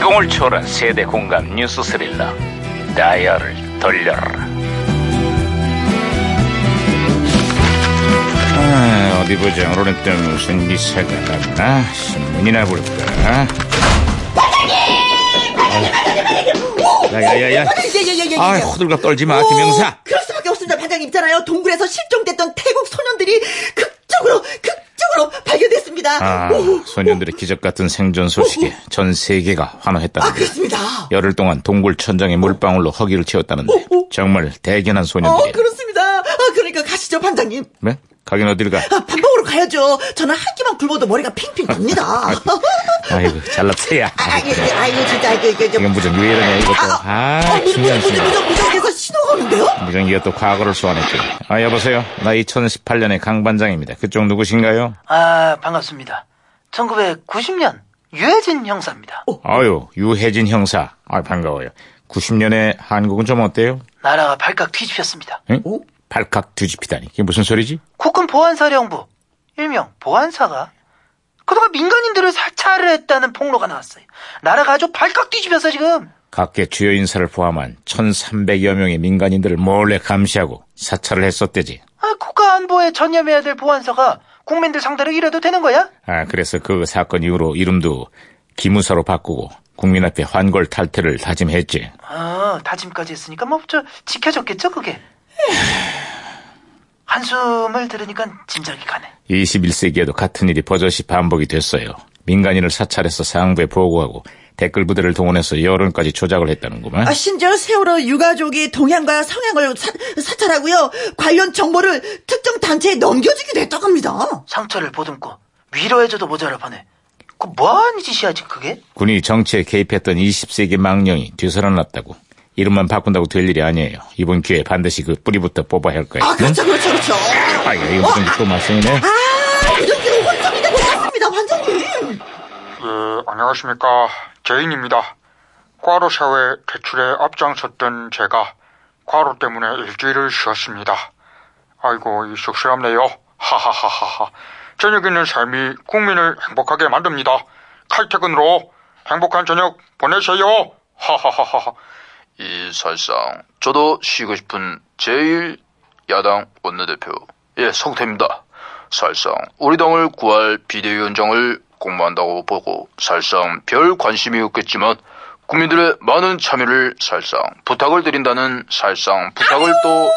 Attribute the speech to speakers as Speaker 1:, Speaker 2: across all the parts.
Speaker 1: 감동을 초월한 세대 공감 뉴스 스릴러 다이얼을 돌려라 아, 어디 보자 오늘은 또 무슨 기사가 났나 신문이나 볼까 야야야야
Speaker 2: 예예예예.
Speaker 1: 아 호들갑 떨지 마 김영사
Speaker 2: 그럴 수밖에 없습니다, 반장님. 있잖아요. 동굴에서 실종됐던 태국 소년들이 극적으로, 극적으로 발견됐습니다.
Speaker 1: 아
Speaker 2: 오,
Speaker 1: 소년들의 기적 같은 생존 소식에 전 세계가
Speaker 2: 아,
Speaker 1: 환호했다는데
Speaker 2: 그렇습니다.
Speaker 1: 열흘 동안 동굴 천장에 물방울로 허기를 채웠다는데
Speaker 2: 어, 어.
Speaker 1: 정말 대견한
Speaker 2: 어,
Speaker 1: 소년들이
Speaker 2: 그렇습니다. 아, 그러니까 가시죠, 반장님.
Speaker 1: 네? 가긴 어딜 가
Speaker 2: 아, 밥 먹으러 가야죠. 저는 한 끼만 굶어도 머리가 핑핑 돕니다.
Speaker 1: 아이고 잘났어야
Speaker 2: 아, 이고 진짜, 이게, 이게, 이게.
Speaker 1: 이건 무정 왜 이러냐 이것도 아
Speaker 2: 어, 무슨,
Speaker 1: 중요한
Speaker 2: 무슨,
Speaker 1: 순간
Speaker 2: 무슨, 무슨, 해서 신호가 오는데요?
Speaker 1: 무정이가 또 과거를 소환했죠 아 여보세요 나 2018년의 강반장입니다 그쪽 누구신가요?
Speaker 3: 아, 반갑습니다. 1990년 유해진 형사입니다.
Speaker 1: 아유 유해진 형사 아 반가워요 90년에 한국은 좀 어때요?
Speaker 3: 나라가 발칵 뒤집혔습니다.
Speaker 1: 응?
Speaker 2: 어?
Speaker 1: 발칵 뒤집히다니 이게 무슨 소리지?
Speaker 3: 국군 보안사령부, 일명 보안사가 그동안 민간인들을 사찰을 했다는 폭로가 나왔어요. 나라가 아주 발칵 뒤집혀서 지금
Speaker 1: 각계 주요 인사를 포함한 1300여 명의 민간인들을 몰래 감시하고 사찰을 했었대지
Speaker 3: 아, 국가 안보에 전념해야 될 보안사가 국민들 상대로 이래도 되는 거야?
Speaker 1: 아, 그래서 그 사건 이후로 이름도 기무사로 바꾸고 국민 앞에 환골 탈퇴를 다짐했지.
Speaker 3: 아, 다짐까지 했으니까 뭐 저 지켜졌겠죠 그게. 한숨을 들으니까 짐작이 가네.
Speaker 1: 21세기에도 같은 일이 버젓이 반복이 됐어요. 민간인을 사찰해서 상부에 보고하고 댓글 부대를 동원해서 여론까지 조작을 했다는구만.
Speaker 2: 아, 심지어 세월호 유가족이 동향과 성향을 사, 사찰하고요. 관련 정보를 특정 단체에 넘겨주기도 했다고 합니다.
Speaker 3: 상처를 보듬고 위로해줘도 모자라 파네. 그 뭐하는 짓이야 지금 그게?
Speaker 1: 군이 정치에 개입했던 20세기 망령이 되살아났다고. 이름만 바꾼다고 될 일이 아니에요. 이번 기회에 반드시 그 뿌리부터 뽑아야 할 거예요.
Speaker 2: 아, 그렇죠, 어? 그렇죠, 그렇죠.
Speaker 1: 아, 이거 무슨 또 말썽이네.
Speaker 2: 아, 그렇게 혼점이다 고맙습니다, 반장님.
Speaker 4: 예, 안녕하십니까. 제인입니다. 과로 사회 개출에 앞장섰던 제가 과로 때문에 일주일을 쉬었습니다. 아이고, 이 쑥스럽네요. 하하하하하. 저녁 있는 삶이 국민을 행복하게 만듭니다. 칼퇴근으로 행복한 저녁 보내세요. 하하하하.
Speaker 5: 이 사실상 저도 쉬고 싶은 제일 야당 원내대표 예 성태입니다. 사실상 우리 당을 구할 비대위원장을 공모한다고 보고 사실상 별 관심이 없겠지만 국민들의 많은 참여를 사실상 부탁을 드린다는 사실상 부탁을 또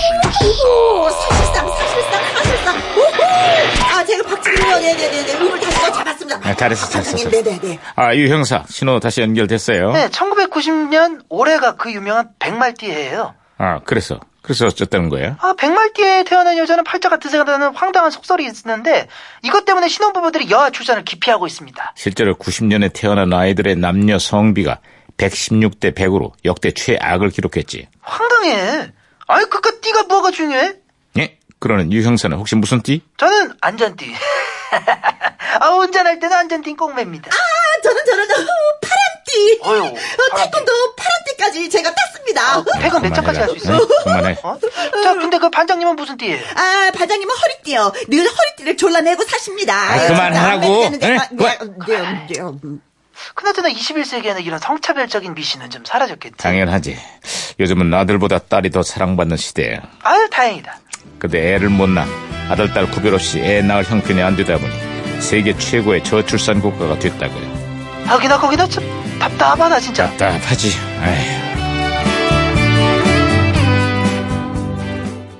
Speaker 5: 사실상
Speaker 2: 오, 사실상, 사실상, 사실상. 오호! 아, 제가 박지민 의원, 네네네, 음을 다시 또 잡았습니다.
Speaker 1: 아, 잘했어, 잘했어,
Speaker 2: 반장님,
Speaker 1: 잘했어.
Speaker 2: 네네네.
Speaker 1: 아, 유 형사, 신호 다시 연결됐어요.
Speaker 3: 네, 1990년 올해가 그 유명한 백말띠 해예요.
Speaker 1: 아, 그래서. 그래서 어쨌다는 거예요?
Speaker 3: 아, 백말띠에 태어난 여자는 팔자가 드세다는 황당한 속설이 있는데 이것 때문에 신혼부부들이 여아 출산을 기피하고 있습니다.
Speaker 1: 실제로 90년에 태어난 아이들의 남녀 성비가 116대 100으로 역대 최악을 기록했지.
Speaker 3: 황당해. 아이, 그깟 띠가 뭐가 중요해?
Speaker 1: 예? 그러는 유 형사는 혹시 무슨 띠?
Speaker 3: 저는 안전띠. 아, 운전할 때는 안전띠 꽁매입니다.
Speaker 2: 아, 저는, 저는, 어, 파란띠. 아,
Speaker 3: 어휴,
Speaker 2: 어, 태권도 파란띠까지 제가 땄습니다.
Speaker 3: 백은 몇
Speaker 1: 아,
Speaker 3: 장까지 할 수 있어요?
Speaker 1: 응, 그만해.
Speaker 3: 어? 자, 근데 그 반장님은 무슨 띠예요?
Speaker 2: 아, 반장님은 허리띠요. 늘 허리띠를 졸라매고 사십니다. 아유,
Speaker 1: 그만하라고.
Speaker 2: 진짜 안 뺏기는데.
Speaker 1: 응?
Speaker 2: 아, 네, 네, 네.
Speaker 3: 그나저나 21세기에는 이런 성차별적인 미신은 좀 사라졌겠지.
Speaker 1: 아. 당연하지. 요즘은 아들보다 딸이 더 사랑받는 시대야.
Speaker 3: 아유, 다행이다.
Speaker 1: 근데 애를 못 낳아 아들 딸 구별 없이 애 낳을 형편이 안 되다 보니 세계 최고의 저출산 국가가 됐다고요.
Speaker 3: 하기나 거기나 참 답답하다, 진짜.
Speaker 1: 답답하지. 아휴.